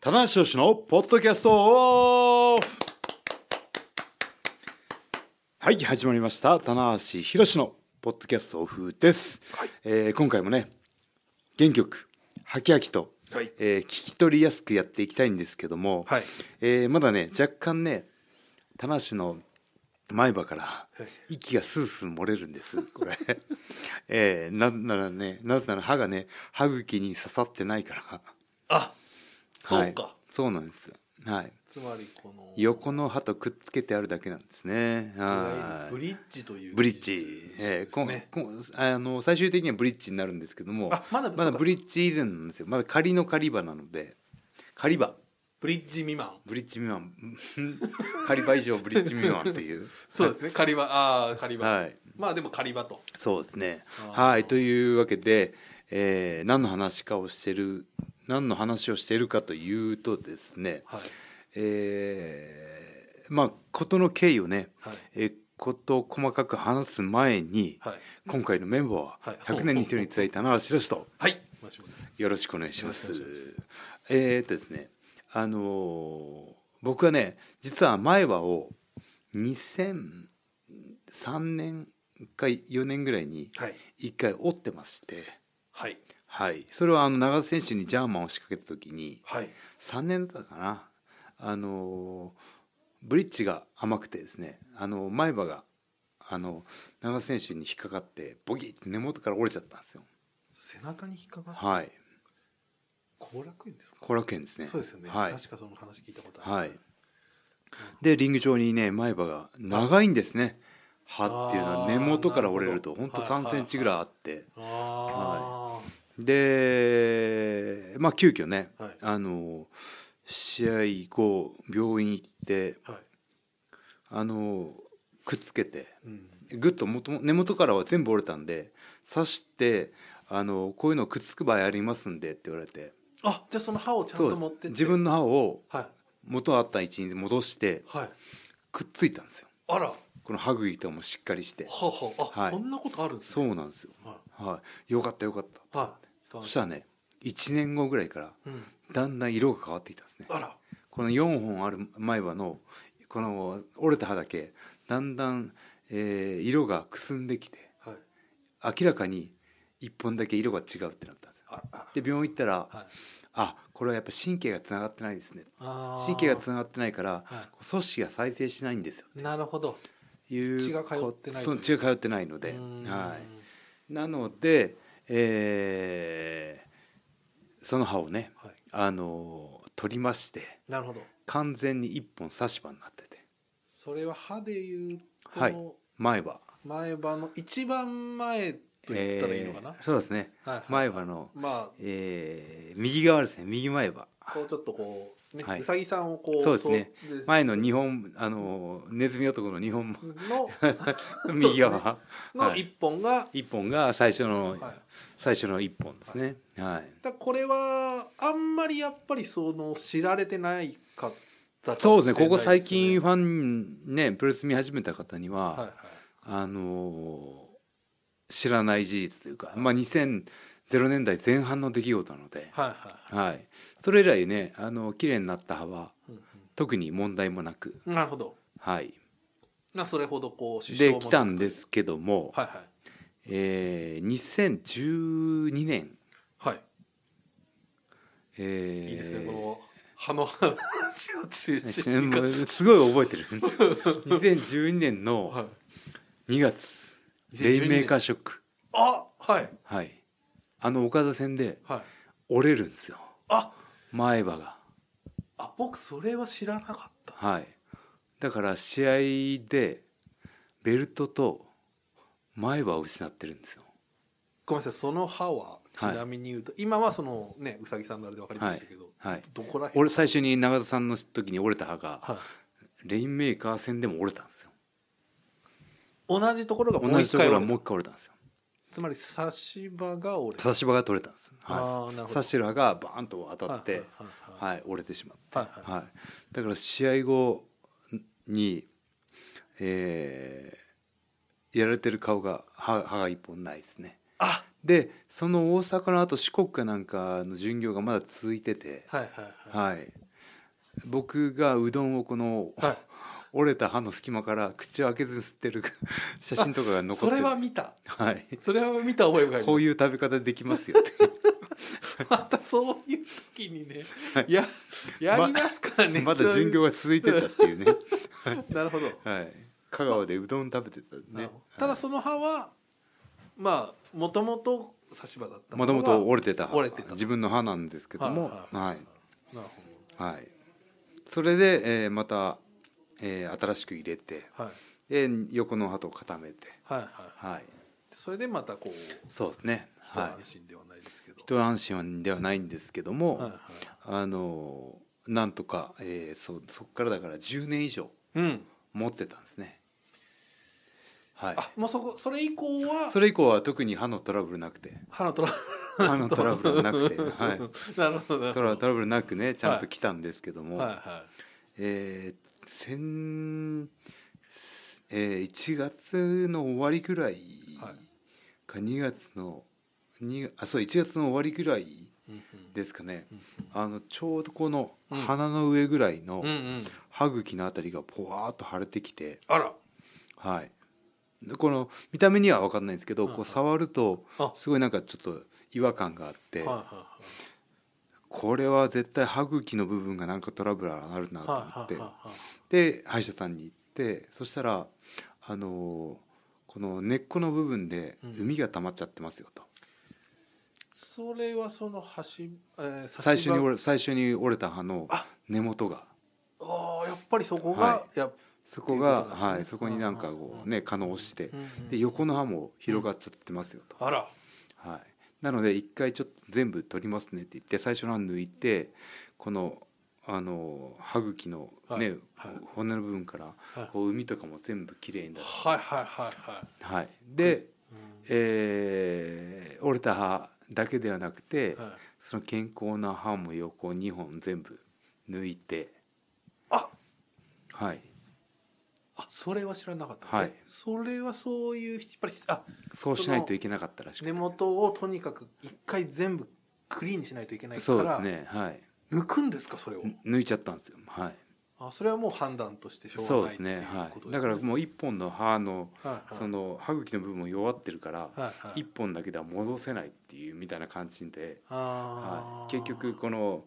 棚橋宏のポッドキャストオフはい始まりました棚橋宏のポッドキャストオフです、えー今回もね原曲「はきはきと」はいえー聞き取りやすくやっていきたいんですけども、はいえーまだね若干ね棚橋の前歯から息がスースー漏れるんですこれ、 えーなぜならねなぜなら歯がね歯茎に刺さってないから。あそはういか、、そうなんですはいつまりこの横の歯とくっつけてあるだけなんですねはいいわゆるブリッジというブリッ技術ジ、えーですこんねこんあの最終的にはブリッジになるんですけどもあまだまそだうかブリッジ以前なんですよまだ仮の仮場なので仮場ブリッジ未満ブリッジ未満 仮場以上ブリッジ未満っていう そうですね狩場ああ狩場、はいまあでも狩場とそうですねあーはいというわけで、えー何の話かをしてる何の話をしてるかというとですね、はいえーまあ事の経緯をね、はいえーことを細かく話す前に、はい今回のメンバーははい100年に一人に伝えたな白石とはいマシモですよろしくお願いしますよろし。えーっとですねあのー僕はね実は前歯を2003年か4年ぐらいにはい1回折ってまして、はいはい、それはあの長瀬選手にジャーマンを仕掛けた時に、はい3年だったかなあのブリッジが甘くてですねあの前歯があの長瀬選手に引っかかってボキッて根元から折れちゃったんですよ背中に引っかかるはい後楽園ですか後楽園ですねそうですよね、はい、確かその話聞いたことある、はい、でリング上にね前歯が長いんですね歯っていうのは根元から折れるとあーなほんるほとど3センチぐらいあって、あでまあ急遽ね、はいあの試合後病院行ってあはい、はいあのくっつけてうん、ぐっと元も根元からは全部折れたんで刺してあのこういうのくっつく場合ありますんでって言われてあじゃあその歯をちゃんそうとで持ってっすて自分の歯をはい元あった位置に戻してはいくっついたんですよあらはこの歯茎とかもしっかりしてはあ、はいそんなことあるんですそねうなんですよ、ははい、よかったよかったいはいそしたらね1年後ぐらいからうん、だんだん色が変わってきたんですねあらこの4本ある前歯のこの折れた歯だけだんだん、えー色がくすんできてはい明らかに1本だけ色が違うってなったんですよああで病院行ったら、はいあこれはやっぱ神経がつながってないですねあー神経がつながってないから、は組織が再生しないんですよなるほどいう血が通ってないこそう血が通ってないのでうーんはい、なので、えーその歯をね、はいあのー取りましてなるほど完全に一本差し歯になっててそれは歯でいうと、はい前歯前歯の一番前と言ったらいいのかな、えーそうですね、はいはい前歯の、まえー右側ですね右前歯あこうちょっとこう、ねはいうさぎさんをこうそうですねそう前の日本あのネズミ男の日本も の右側、のはい一本が、一本が最初の、はい最初の一本ですねはいだこれはあんまりやっぱりその知られてないかったかそうもですしれねないここ最近ですファンねプロレス見始めた方には、ねはいはいあのー知らない事実というか、まあ、2000年代前半の出来事なので、はいはいはい、それ以来ねあの綺麗になった歯はうん特に問題もなく、うんなるほどはい、なそれほどこう支障でも来たんですけども、はいはいえー2012年、はいえーいいですね、この歯の話を 中心にもうすごい覚えてる2012年はいの、2月2012黎明化ショック、あはいはい、あの岡田戦ではい折れるんですよあ前歯が。あ僕それは知らなかったはい、だから試合でベルトと前歯を失ってるんですよ。ごめんなさいその歯はちはいなみに言うと、今はそのねうさぎさんのあれで分かりまはしいたけど、はい、どこら辺俺最初に永田さんの時に折れた歯がはい、レインメーカー戦でも折れたんですよ。同じところがも同うじ一とこ回ろは折れもうた一回折れたんですよ。つまり差し歯が折れた差し歯が取れたんです。あーなるはほい、ど差してる歯がバーンと当たって、はいはい、折れてしまって。はいははいい、だから試合後に、えーやられてる顔が歯歯が一本ないですね。あでその大阪のあと四国かなんかの巡業がまだ続いてて、はいはいはいはい、僕がうどんをこの、はい折れた歯の隙間から口を開けずに吸ってる写真とかが残ってそるれは見たはい、それは見た覚えがありますこういう食べ方できますよって またそういう時にね、い、ややりますからね、まだ巡業が続いてたっていうね、なるほど、はい、香川でうどん食べてたなるねほどただその歯はまあもともと差し歯だったもともと折れてた歯折れてた自分の歯なんですけどもははいい、ははいれなるほそれで、えーまた、えー新しく入れて、どはいで横の歯と固めてはいはいはいそれでまたこうそうですねは安い心ではないですけど、一安心ではないんですけども、はいはいあのなんとか、えー、そそっからだから10年以上うん持ってたんですねはいあもうそこそれ以降はそれ以降は特に歯のトラブルなくて歯のトラ歯のトラブルなくて、はい、 なるほどなトるほどラトラブルなくねちゃんと来たんですけども、はいはえー先えー1月の終わりぐらいはいか2月のにあそう1月の終わりぐらいいうんですかね、んあのちょうどこのうん鼻の上ぐらいのうんうんうん歯茎のあたりがポワーっと腫れてきて、あらはい、でこの見た目には分かんないんですけど、うんうんこう触るとあすごいなんかちょっと違和感があって、はいはいはいこれは絶対歯茎の部分がなんかトラブルがあるなと思はっいて、はいはいはいで歯医者さんに行ってそしたらあのーこの根っこの部分でうん海が溜まっちゃってますよと、それはその端、えー、最初に差し折れ最初に折れた歯のあ根元が歯あーやっぱりそこが、はやっそこがっていうことなんですはねいそこになんかこうね可能してうんうんで横の歯も広がっちゃってますよと、あらはい、なので一回ちょっと全部取りますねって言って最初の歯抜いてこのあのー歯茎のはいね、はい骨の部分からはいこう海とかも全部きれいに出してはいはいはいはいはい、で、うえー折れた歯だけではなくて、はいその健康な歯も横2本全部抜いてあはいあそれは知らなかった、はいえそれはそういうやっぱりあそうしないといけなかったらしく根元をとにかく一回全部クリーンにしないといけないてからそうですねはい抜くんですかそれを抜いちゃったんですよはいあそれはもう判断としてしょうそうがでないすねはっていうこといだからもう1本の歯のはいはいその歯茎の部分も弱ってるからはいはい1本だけでは戻せないっていうみたいな感じで、あはーい、結局この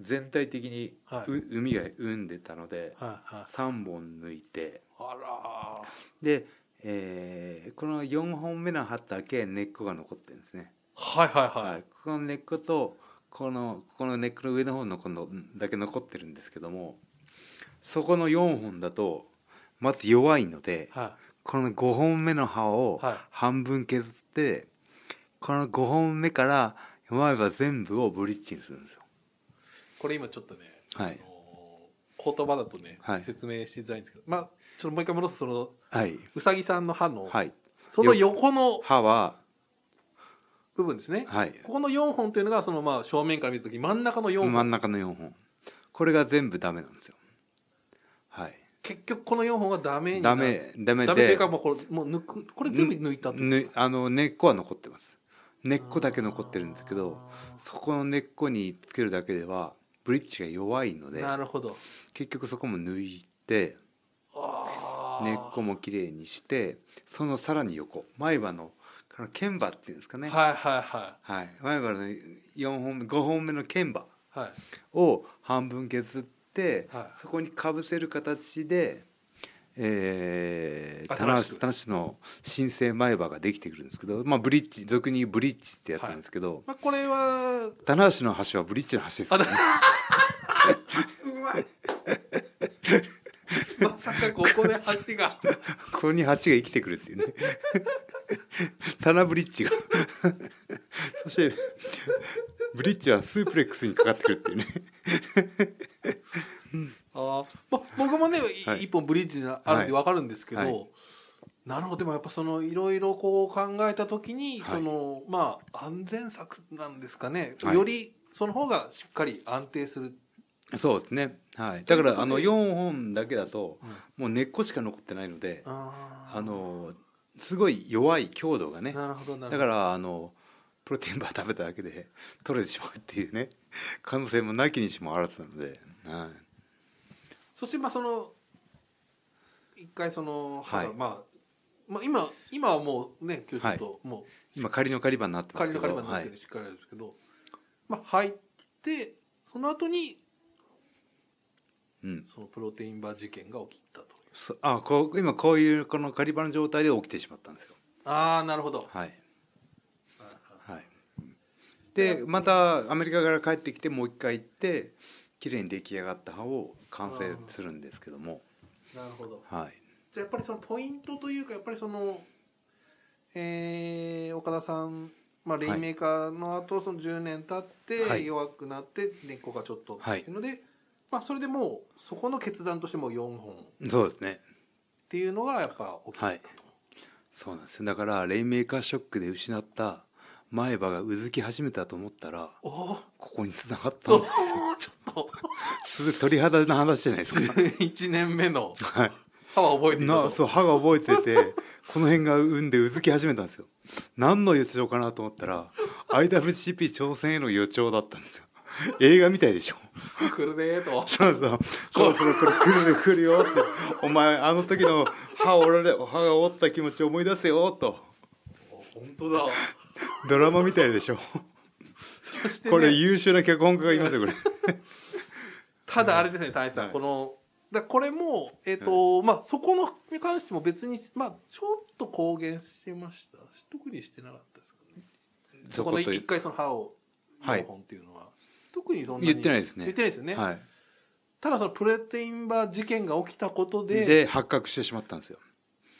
全体的にはいう海が生んでたのではいはい3本抜いてあらで、えーこの4本目の葉だけ根っこが残ってるんですね、はいはいはい、ここの根っことこのここの根っこの上の方のこのんだけ残ってるんですけどもそこの4本だとまず弱いので、はこの5本目の葉をはい半分削って、この5本目から前歯全部をブリッジにするんですよ。い、これ今ちょっとね、はいあのー言葉だとね、はい説明しづらいんですけどまあちょっともう一回戻すそのはい、うさぎさんの歯の、はい、その横の歯は、部分ですね、はい、ここの4本というのがそのまあ正面から見た時真ん中の4本、真ん中の4本これが全部ダメなんですよ。はい結局この4本はダメになダメダメダメといでうかもうこれもう抜くこれ全部抜いたってことぬあの根っこは残ってます根っこだけ残ってるんですけどそこの根っこにつけるだけではブリッジが弱いのでなるほど結局そこも抜いてあー根っこもきれいにしてそのさらに横前歯のこの剣歯っていうんですかね、はいはいはいは前歯の四本目5本目の剣歯いはいを半分削って、はいそこにかぶせる形で、えー、新棚しく橋棚橋の新生前歯ができてくるんですけど、まあ、ブリッジ俗にブリッジってやったんですけど、まあこれは棚橋の橋はブリッジの橋 ですからねうまい まさかここで橋がここに橋が生きてくるっていうね 棚ブリッジが そしてブリッジはスープレックスにかかってくるっていうねあー、まあ、僕もね、いはい一本ブリッジがあるんではわかるんですけど、はいなるほどでもやっぱそのいろいろこう考えた時に、はいそのまあ安全策なんですかね、はいよりその方がしっかり安定するそうですね、はい、だからあのという4本だけだともう根っこしか残ってないので、あーあのすごい弱い強度がねなるほどなるほどだからあのプロテインバー食べただけで取れてしまうっていうね可能性もなきにしもあらずなので、はい、そしてまあその一回その、はいまあまあ今今はもうね今日ちょっともう、今仮の仮番になってます仮けどの仮場になはっいてるしっかりあるんですけど、まあ入ってその後にうん、そのプロテインバー事件が起きたというそあこう今こういうこの仮場の状態で起きてしまったんですよああなるほどはいはいはい、でまたアメリカから帰ってきてもう一回行って綺麗に出来上がった歯を完成するんですけどもなるほどはいじゃあやっぱりそのポイントというかやっぱりそのえー岡田さんまあ、レインメーカーの後その10年経っはてい弱くなって根っこがちょっとってはいいうので、まあ、それでもうそこの決断としてもう4本っそうですねていうのがやっぱ起きたと、はいそうなんですよだからレインメーカーショックで失った前歯がうずき始めたと思ったらおおここに繋がったんとでちょっすすごい鳥肌の話じゃないです とか11年目のはい歯は覚えていたなとそう歯が覚えててこの辺が産んでうずき始めたんですよ何の予兆かなと思ったら IWGP 挑戦への予兆だったんですよ映画みたいでしょ来るねーとそうそうそろそろこれ来るよ来るよってお前あの時の歯を折られ歯が折った気持ち思い出せよと本当だドラマみたいでしょそして、ね、これ優秀な脚本家がいますよこれただあれですね谷さん、はいこのだこれもえっ、と、まあそこのに関しても別にまあちょっと公言してました特にしてなかったですかねそこの一回その歯をはい4本っていうのは、特にそんなに言ってないですね言ってないですよね、はい、ただそのプロテインバー事件が起きたことでで発覚してしまったんですよ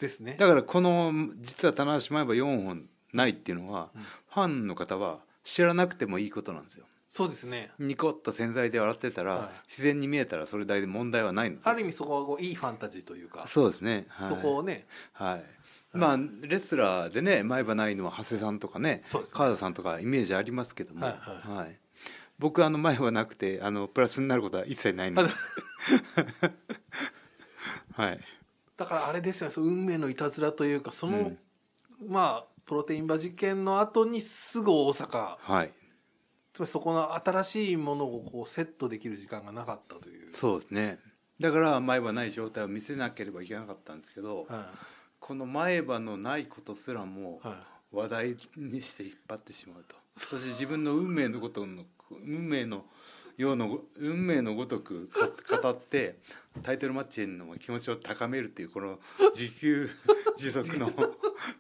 ですねだからこの実は棚橋前歯4本ないっていうのは、うんファンの方は知らなくてもいいことなんですよそうですねニコッと洗剤で洗ってたら、はい自然に見えたらそれだけで問題はないのである意味そこはこういいファンタジーというかそうですね、はい、そこをねはい、まあレスラーでね前歯ないのは長谷さんとかねそうですね川田さんとかイメージありますけども、はいは僕あの前歯なくてあのプラスになることは一切ないの ではいだからあれですよねそう運命のいたずらというかその、うんまあプロテインバー事件の後にすぐ大阪はいつまりそこの新しいものをこうセットできる時間がなかったという、そうですねだから前歯ない状態を見せなければいけなかったんですけど、はこの前歯のないことすらもいは話題にして引っ張ってしまうとそして自分の運命のごとの運命のような運命のごとくか語ってタイトルマッチへの気持ちを高めるっていうこの自 給自足の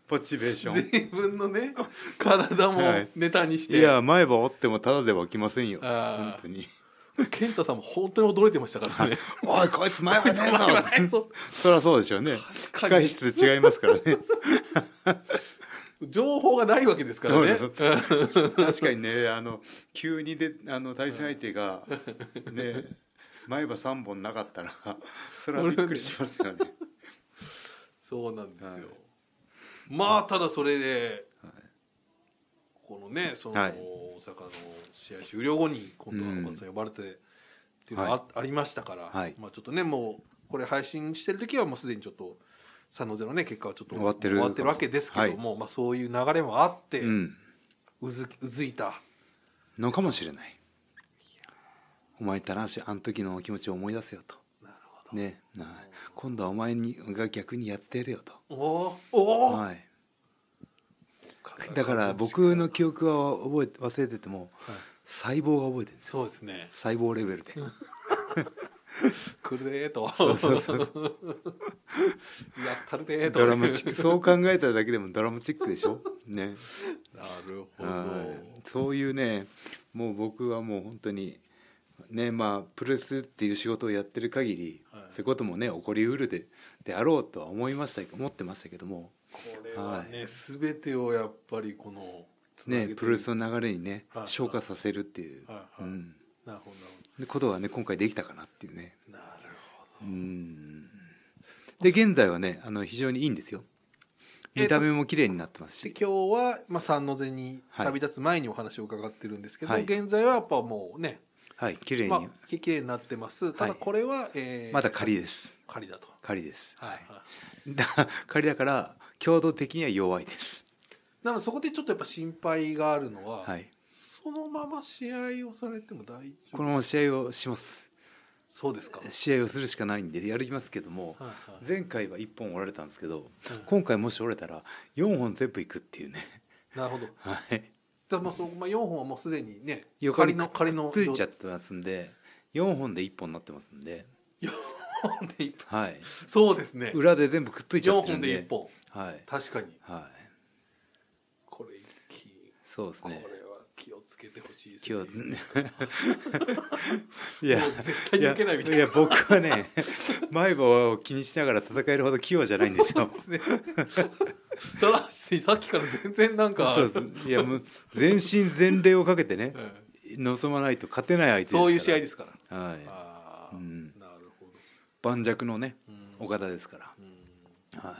ポチベーシい、ョン自分のね体もはいネタにしいて、や前歯折ってもただでは起きませんよあー本当に健太さんも本当に驚いてましたからね「おいこいつ前歯 こいつ前ねはえねぞ」そそりゃそうでしょうね確かに控室違いますからねう情報がないわけですからね そうそう確かにねあの急にであの対戦相手がね前歯3本なかったら それはびっくりしますよね。そうなんですよ、はいまあただそれで、はいこのねそのは大い阪の試合終了後に今度はうん岡田さん呼ばれてっていうのがあ,、はいありましたから、はいまあちょっとねもうこれ配信してる時はもうすでにちょっと3の0のね結果はちょっと終わってるわけですけども、まあそういう流れもあって、うん、うずきうずいたのかもしれない。お前たらしあの時の気持ちを思い出せよと。なるほね、はい今度はお前にが逆にやってやれよと。どおーおーはい、だから僕の記憶は覚えて忘れててもはい細胞が覚えてるんですよそうですね細胞レベ ルで。くれーとそうそうそうやったるでーとドラマチックそう考えただけでもドラマチックでし ょねなるほど、はいそういうねもう僕はもう本当にねまあプロレスっていう仕事をやってる限り、はいそういうこともね起こりうるでであろうとは思いました思ってましたけどもこれはね、すべてをやっぱりこのつなげてねいくプロレスの流れにね、はい昇華させるっていう、はいはういん、なるほでことがね今回できたかなっていうねどなるほうどんで現在はねあの非常にいいんですよえーと見た目も綺麗になってますでし、今日は、まあ、三の瀬にはい旅立つ前にお話を伺ってるんですけど、はい現在はやっぱもうね、はい綺麗に、ままあ、ききれいになってますただこれは、えーだ仮です仮だと仮です、はい、だ仮だから強度的には弱いですなのでそこでちょっとやっぱ心配があるのは、はい、そのまま試合をされても大丈夫このまま試合をしますそうですか、はい試合をするしかないんでやりますけどもはい前回は1本折られたんですけどうん今回もし折れたら4本全部いくっていうね なるほどだかはいらまあそう、まあ、4本はもうすでにね横仮にくの仮のっついちゃってますんで4本で1本になってますんで4本で一本はい そうですね裏で全部くっついちゃ4ってる本んでで1本はい確かにはいこれ一気にそうですこれはね気をつけてほしいです今ね日 いやもう絶対に受けないみたいやや僕はね前歯を気にしながら戦えるほど器用じゃないんです よですね。ただしさっきから全然なんかそうですいやもう全身全霊をかけてねうん望まないと勝てない相手ですからそういう試合ですから。はああ、うんなるほど。い盤石のねうん岡田ですからうんは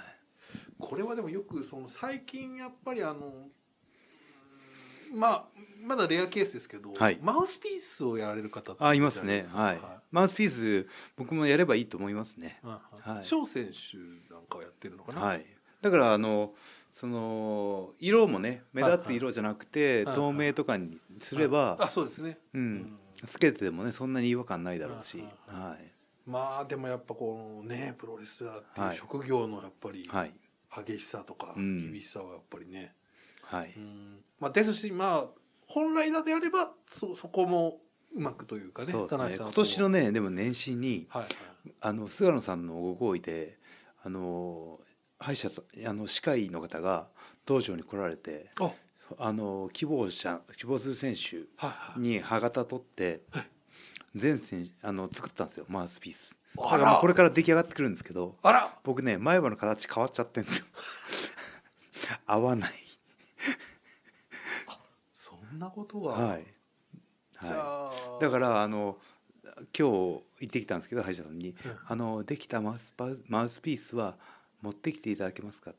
これはでもよくその最近やっぱりあのうんまあまだレアケースですけど、はいマウスピースをやられる方ってあいますねじゃなはいいですかマウスピース僕もやればいいと思いますねはいはい翔選手なんかはやってるのかな。はいだからあのその色もね目立つ色じゃなくてはいはい透明とかにすれあばそうですね。ううんんつけててもねそんなに違和感ないだろうしはいはいまあでもやっぱこのねプロレスラーっていうはい職業のやっぱり、はい激しさとかうん厳しさはやっぱりね、はいうんまあ、ですしまあ本来だであればそそこもうまくというかねそうです田中ねさ今んは年のねでも年始にはいはいあの菅野さんのご好意であの歯医者さんあの歯科医の方が道場に来られてあはいあの希望者希望する選手はいに歯型取って全選手あの作ったんですよマウスピースだあらからまあこれから出来上がってくるんですけどあら僕ね前歯の形変わっちゃってん ですよ合わないそんなことは、はい、じゃはあ、い、だからあの今日行ってきたんですけど歯医者さんにうんあのできたマウスパマウスピースは持ってきていただけますか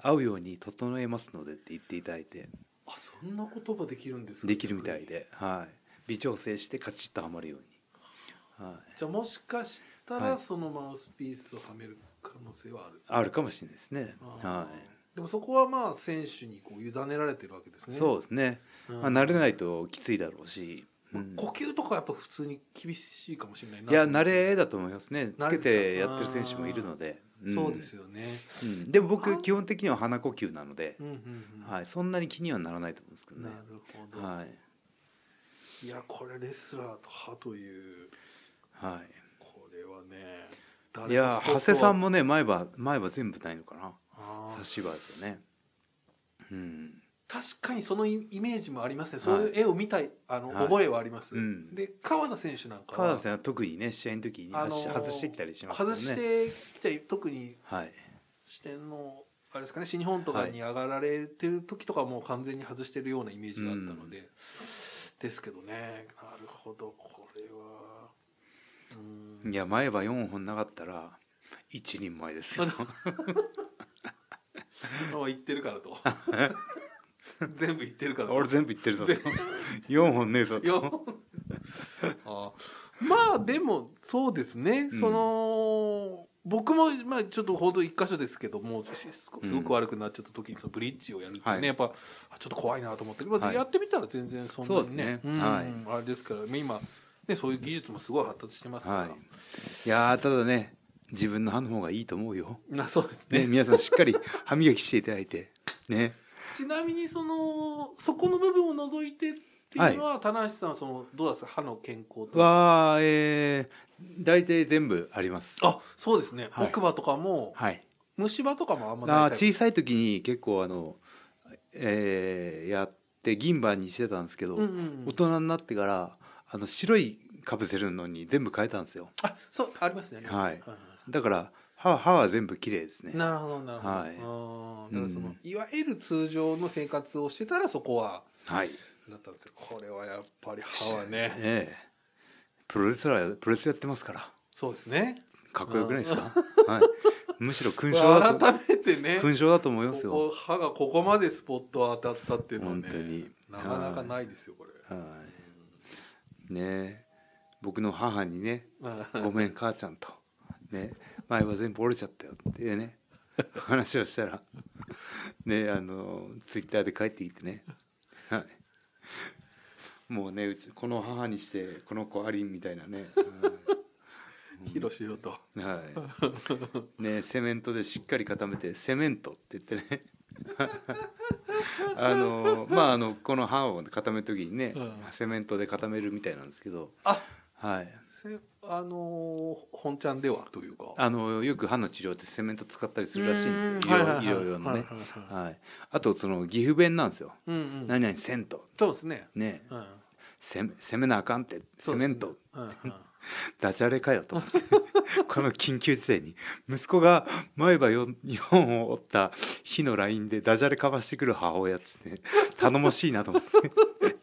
合うように整えますのでって言っていただいてあそんな言葉できるんですかできるみたいで、はい、微調整してカチッとはまるように、はい、じゃあもしかしたら、はいそのマウスピースをはめる可能性はあるあるかもしれないですね、あはーでもそこはまあ選手にこう委ねられてるわけですい、ねそうですね、うんまあ、慣れないときついだろうし、うまあん呼吸とかやっぱ普通に厳しいかもしれないないや慣れだと思いますねつ慣れけですかてやってる選手もいるので、んそうですよね、うんでも僕基本的には鼻呼吸なのでう、んうんうんはい、そんなに気にはならないと思うんですけどなねる、ほど、はいい、やこれレスラーと歯というはいこれはねいや長谷さんももね前歯前歯全部ないのかな差し歯ですよねうん確かにそのイイメージもありますね、はいそういう絵を見たいあの、はい覚えはあります、うんで川田選手なんかは川田さんは特にね試合の時にあの外し,、外してきたりしますよね外してきたり特にはい視点のあれですかね新日本とかに上がられてる時とかはもう完全に外してるようなイメージがあったので、ですけどねなるほどこれはうんいや前歯4本なかったら一人前ですよあ言ってるから と全部言ってるから と俺全部いってるぞと4本ねえぞいやとあまあでもそうですね、うんその僕もまあちょっと報道一箇所ですけどもしすごすごく悪くなっちゃった時にそのブリッジをやるってね、はいやっぱあちょっと怖いなと思って、まあはいやってみたら全然そんなにねそうですねんはあれですから今、ね、そういう技術もすごい発達してますから、はいいやーただね自分の歯の方がいいと思うよ、なそうですねね、皆さんしっかり歯磨きしていただいてねちなみにそのそこの部分を除いてっていうのは、棚橋さんはそのどうですか歯の健康とかはえー、大体全部ありますあそうですね、はい奥歯とかもはい虫歯とかもあんまないあタイプ小さい時に結構あの、えーやって銀歯にしてたんですけど、うんうんうん大人になってからあの白いかぶせるのに全部変えたんですよあそうありますね。はいうんだから歯は歯は全部綺麗ですねなるほどなるほど。はいうんだからその、うんいわゆる通常の生活をしてたらそこははいなったんですよ。これはやっぱり歯は ね。ええプロレスラープロレスやってますからそうですね。かっこよくないですか、はい、むしろ勲章だと改めてね。勲章だと思いますこよこ歯がここまでスポット当たったっていうのはね本当になかなかないですよこれ。はい、ねえ僕の母にねま「ごめん母ちゃん」と 「ね前は全部折れちゃったよ」っていうね話をしたらねあのツイッターで帰ってきてねはいもうねうちこの母にしてこの子ありみたいなね、 ヒロシよと。はいはい、ねセメントでしっかり固めて「セメント」って言ってね あのまああのこの歯を固める時にね、うんセメントで固めるみたいなんですけどあ、はいせ、あのー本ちゃんではというか。あのよく歯の治療ってセメント使ったりするらしいんですよう医ん療医療用のねはいはいはいははいあとその岐阜弁なんですよいうん「うん。何々セントそうですね」。ねうん。せめ攻めなあかんってセメント、そうですね。うんうんダジャレかよと思って この緊急事態に息子が前歯よ4本を折った日の LINE でダジャレかましてくる母親っつってね頼もしいなと思って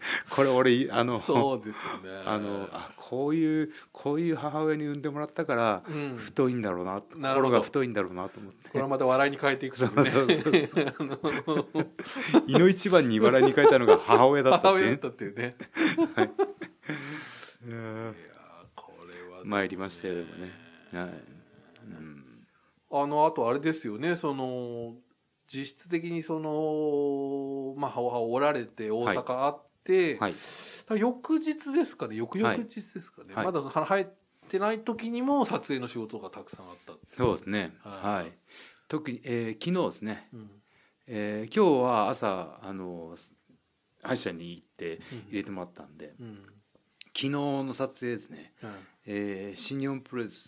これ俺あのそうですね。 あのあこういうこういう母親に産んでもらったからうん太いんだろうな、なるほど心が太いんだろうなと思ってこれはまた笑いに変えていくとそいううそうね。そう 胃の一番に笑いに変えたのが母親だったっ母てね親だったっていうね。うんいやーこれはでもね参りましたよでもね、はいうん、あのあとあれですよねその実質的にそのまあハオハオおられて大阪あって、はい翌日ですかね翌々日ですかね、はいまだその花生えてない時にも撮影の仕事がたくさんあったってそうですね。はいはい。特に、えー昨日ですね。うんえー今日は朝あの歯医者に行って入れてもらったんで、うん昨日の撮影ですね。はいえー新日本プロレス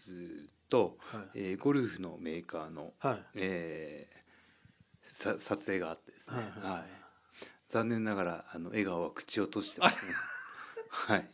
と、はいえーゴルフのメーカーの、はいえーさ撮影があってですね。ははいい。はいはい残念ながらあの笑顔は口を閉じてます ね。はい。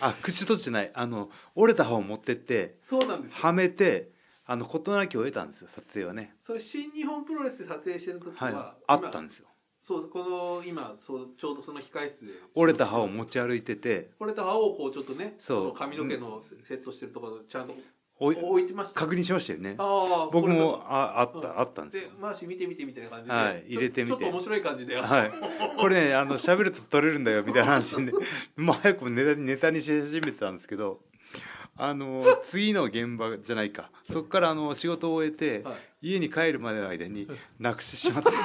あ口閉じてないあの折れた歯を持ってってそうなんですよはめてあの事なきを得たんですよ撮影はねそれ新日本プロレスで撮影してる時は、はい今あったんですよそうこの今そうちょうどその控室で折れた歯を持ち歩いてて折れた歯をこうちょっとねそうの髪の毛のセットしてるところちゃんとおい置いてました確認しましたよねああ僕これだもああった、うんあったんですよでマーシー見て見てみたいな感じで、はいちょ入れてみてちょっと面白い感じで、 はい、これねあの喋ると取れるんだよみたいな話で、 もう早くもネタネタにし始めてたんですけどあの次の現場じゃないかそこからあの仕事を終えて、は家に帰るまでの間 になくしてしまった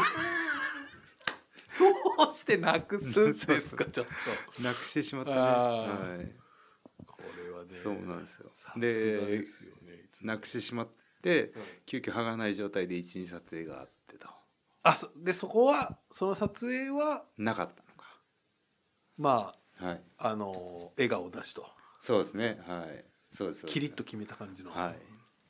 どうしてなくすんです かちょっとなくしてしまったね、あーはい、これはねそうなんですよさすがですよねなくしてしまって、うん急遽歯がない状態で一日撮影があってとあそでそこはその撮影はなかったのかまはいああの笑顔だしとそうですねはいそうですそうですキリッと決めた感じの、はい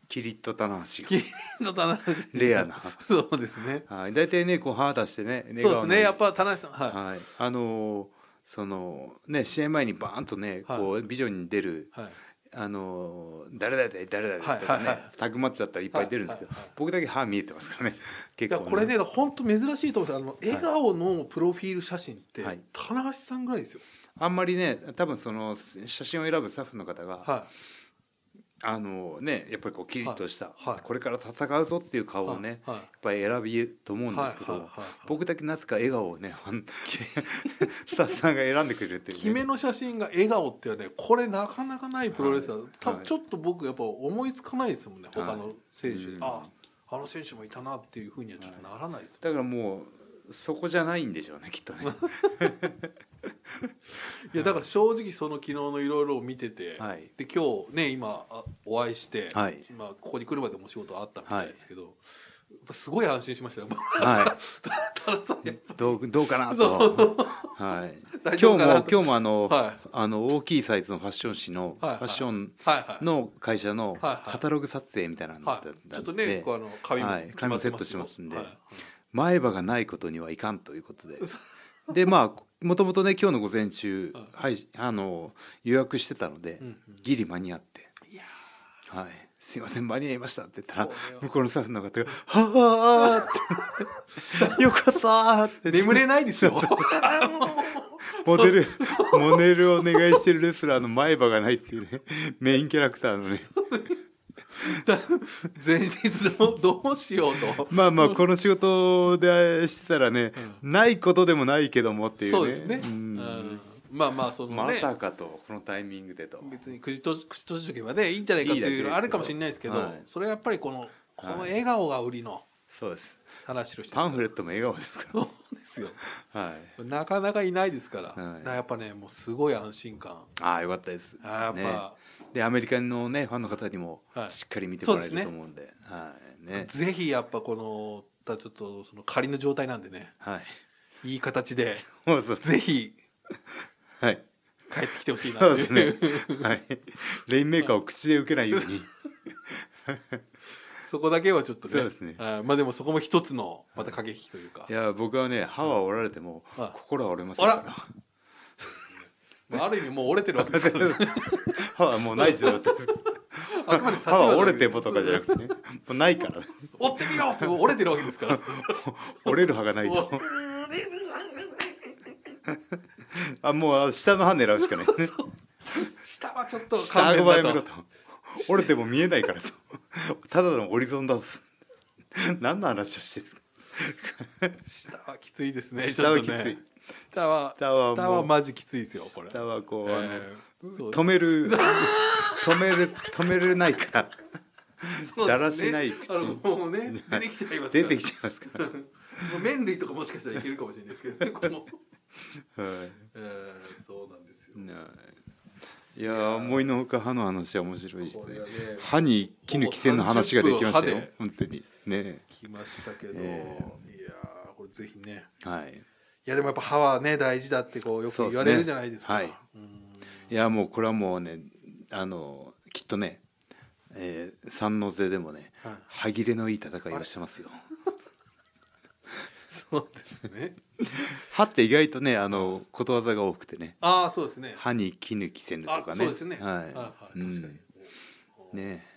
キリッと棚橋キがリッと棚橋レアなそうですねはい大体ねこう歯出してねそうですねやっぱぱ棚橋さんはい、はいあのーそのね試合前にバーンとねこうビジョンに出るはいあのー誰だ誰だ誰だとかはいはねいはいタグマッチだったらいっぱい出るんですけどはいはいはい僕だけ歯見えてますからねいや結構これね本当珍しいと思うんですよあの笑顔のプロフィール写真って、はい棚橋さんぐらいですよ、あんまりね多分その写真を選ぶスタッフの方がはい、あのねやっぱりこうキリッとした、はいはいこれから戦うぞっていう顔をね、はいはいやっぱり選びと思うんですけど、はいはいはいはい僕だけなぜか笑顔をねあの スタッフさんが選んでくれるっていう、ね、決めの写真が笑顔ってねこれなかなかないプロレスラー、はい多分はいちょっと僕やっぱ思いつかないですもんね、はい他の選手で、うんああの選手もいたなっていうふうにはちょっとならないです、だからもうそこじゃないんでしょうねきっとねい、やだから正直その昨日のいろいろを見てて、はいで今日ね今あお会いして、はい今ここに来るまでもお仕事あったみたいですけど、やっぱすごい安心し ましたよはたださやっいどうどうかなと、はい、今大日丈夫もかな今日もあの,、はいあの大きいサイズのファッション誌の、はいはいファッションぱはいはいの会社のはいはいカタログ撮影みたいなのだはったんで、い、ちょっとね、こうあの髪も,、はい髪もセットしますんではい前歯がないことにはいかんということででまあもともとね今日の午前中、はい、あの予約してたので、んうんギリ間に合っていや「はい、すいません間に合いました」って言ったらこれは向こうのスタッフの方が「はあ」って「よ かった」ってー眠れな いですよモデルモデルをお願いしてるレスラーの前歯がないっていう ねメインキャラクターのね前日のどうしようとまあまあこの仕事でしてたらね、ないことでもないけどもっていうねそうですね、ううんん、まあまあそのね、まさかとこのタイミングでと別に口とじ口閉じとけばねいいんじゃないかっていいだけいですけうのどあるかもしれないですけどはいそれはやっぱりこのこのはい笑顔が売りの、そうです話しろしてパンフレットも笑顔ですかそうですよらはいなかなかいないですから,、はいやっぱねもうすごい安心感ああよかったですあーやっぱ、ね、でアメリカのねファンの方にもはいしっかり見てもらえそうでるすとね思うんで、はいねぜひやっぱこのたちょっとその仮の状態なんでねはい いい形でもうそうぜひはい帰ってきてほしいなそうとですいねうはいレインメーカーを口で受けないように そこだけはちょっとねそうですねはいまあでもそこも一つのまた駆け引きというかい、や僕はね歯は折られてもはい心は折れませんからあらまあ、ある意味もう折れてるわけですか らね歯はもうない状 態ですあくまで差し歯は折れてもも とかじゃなくてねもうないから折ってみろって折れてるわけですから折れる歯がない とあもう下の歯狙うしかないね下はちょっと下顎はやめろだと折れても見えないからとただのオリゾンだと何の話をしてるんですか下はきついですね下はちょっとねき下は下はもう下はマジきついですよこれ下はこう、あのえーそう止める止める止めれないからそうですねだらしない口あのもうね出てきちゃいますか出らてきちゃいますか もう麺類とかもしかしたらいけるかもしれないですけどねこ の、ら、はえー、そうなんですよい、ないやー思いのほか歯の話は面白いですねこれはね歯に絹着せんの話ができましたほぼ30分よ歯で本当にね来ましたけど、えいやーこれぜひねはいいやでもやっぱ歯はね大事だってこうよくそうです言ねわれるじゃないですかはいいやもうこれはもうねあのきっとね、えー、三の瀬でもね、はい歯切れのいい戦いをしてますよそうですね歯って意外とねあのことわざが多くてねああそうですね歯に絹着せぬとかあねそうですねはい、はい、うん確かに、ね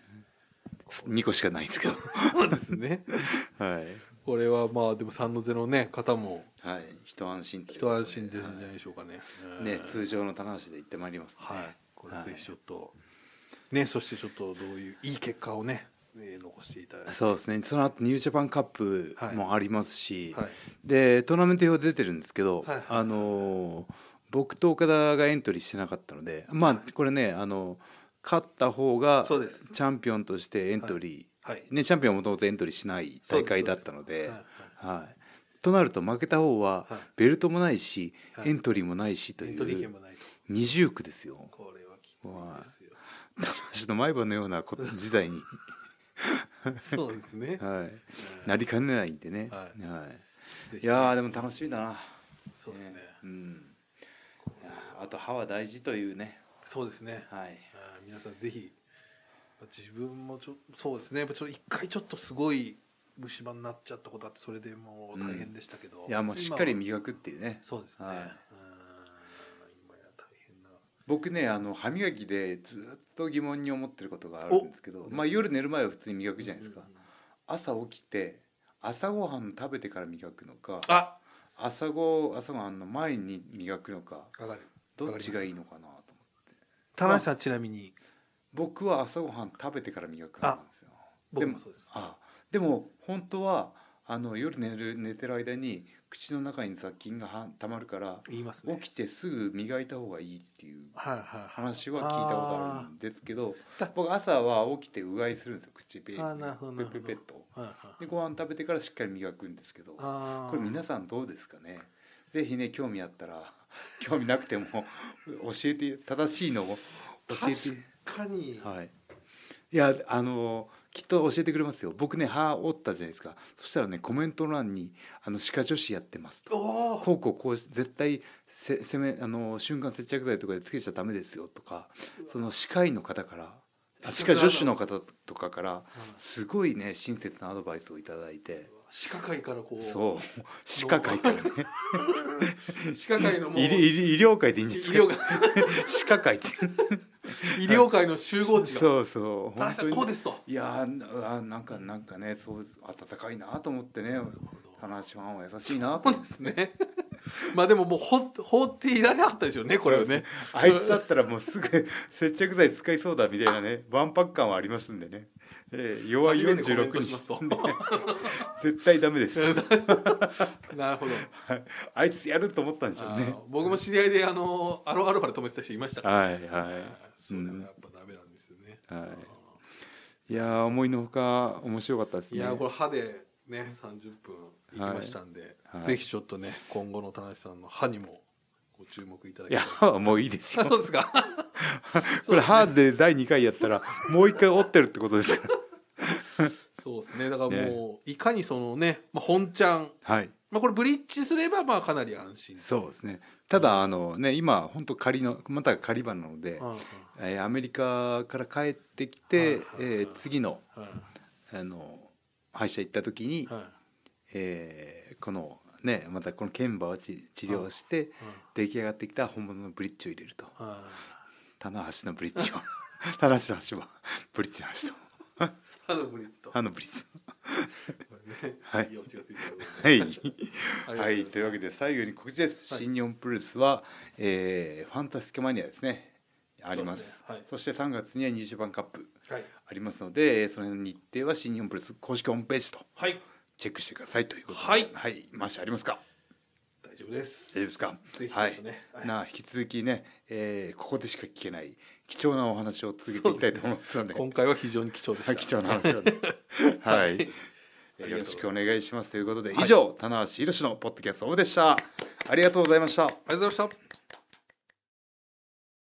2個しかないんですけどそうですねはい これはまあでも3の0のね方もはい一安心という一ことで安心ですんじゃないでしょうかね。ねえー通常の棚橋で行ってまいりますねはい、これぜひちょっと、ねそしてちょっとどういういい結果をね、えー残していただいて、そうですねその後ニュージャパンカップもありますし、はいはいでトーナメント表出てるんですけど、はいはいあのー僕と岡田がエントリーしてなかったのでまあこれねあの勝った方がチそうですャンピオンとしてエントリー、はいね、チャンピオンはもともとエントリーしない大会だったのでそうですはいとなると負けた方ははいベルトもないし、はいエントリーもないしとエいントリー権うもないと、二重苦ですよ。 これはきついで私の毎晩のようなこと時代 に、すよ。そうですね。はい、なりかねないんでね。ははいぜいひやーでも楽しみだな。そうですね。うん。いやーあと歯は大事というね。そうですね。はい。あー皆さんぜひ自分もちょそうですね。やっぱちょっと一回ちょっとすごい虫歯になっちゃったことあってそれでもう大変でしたけど、いやもうしっかり今は磨くっていうね。そうですね。はういん今や大変な。僕ねあの歯磨きでずっと疑問に思ってることがあるんですけど、まあ夜寝る前は普通に磨くじゃないですか。朝起きて朝ごはん食べてから磨くのか、あ、朝ご朝ごはんの前に磨くのか、わかる。どっちがいいの？のかなと思って。田中さんちなみに、僕は朝ごはん食べてから磨く派なんですよ。僕もそうです。あでも本当はあの夜寝る寝てる間に口の中に雑菌がはたまるから言いますね。起きてすぐ磨いた方がいいっていうはいはいはい。話は聞いたことあるんですけどあー僕朝は起きてうがいするんですよ口ペあーなるほどなペるほペどペッとはいはい。でご飯食べてからしっかり磨くんですけどこああ。れ皆さんどうですかねぜひね興味あったら興味なくても教えて正しいのを教えて確かに。はい、いやあのきっと教えてくれますよ僕ね歯折ったじゃないですかそしたらねコメント欄に「あの歯科女子やってます」とお「お。こうこうこう絶対せせめあの瞬間接着剤とかでつけちゃダメですよ」とかその歯科医の方からあ歯科助手の方とかからすごいね親切なアドバイスをいただいて歯科会からこう。そう歯科会からね歯科会の もう医医医療界でいいん医じゃない療です会か歯科会って医療界の集合値が。そうそう田中さんにこうですと。いやーなあなんかなんかねそう温かいなと思ってね話しファンは優しいなとそう思っでてすね。 まあでももうほ放っていられなかったでしょうねこれをね。あいつだったらもうすぐ接着剤使いそうだみたいなね万迫感はありますんでね、えー、弱い初めてコメン46トしますと日絶対ダメです なるほど。あいつやると思ったんでしょあうねー僕も知り合いであのアロアルファで止めてた人いましたから。はいあはーそれはやっぱダメなんですよね。い、はい、いやー思いのほか面白かったですいねやーこれ歯でね30分いきましたんで、はいぜひちょっとね今後の田無さんの歯にもご注目いただきいたやいもういいですあよ そうですかこれ歯で第2回やったらもう1回折ってるってことですからそうですねだからもう、いかにそのね、まあ、本ちゃん、はいまあ、これブリッジすればまあかなり安心そうですねただあのね今本当仮のまた仮場なので、うんうんえーアメリカから帰ってきて、はいえー次のはいあの歯医者行った時に、はいえーこのねまたこの剣馬を治治療して、出来上がってきた本物のブリッジを入れるとうんうん棚橋のブリッジを 棚橋の橋はブリッジの橋と歯のブリッジと、歯のブリッジははいいいいお家がついてるはい、ありがとうございますはい、というわけで最後に告知です、はい新日本プロレスは、えーファンタスティックマニアですねありますそうですねはいそして3月にはニュージャパンカップはい、ありますのでえーその辺の日程は新日本プロレス公式ホームページとはい、チェックしてくださいということではいはい、マーシャありますか大丈夫ですいいですかぜひちょはっいとね、はいなあ引き続きね、えーここでしか聞けない貴重なお話を続けていきたいと思いますので今回は非常に貴重でした、はい、貴重な話なんで、 はい、えーよろしくお願いしますということで、以上、棚橋宏のポッドキャストオフでした。ありがとうございました。ありがとうございました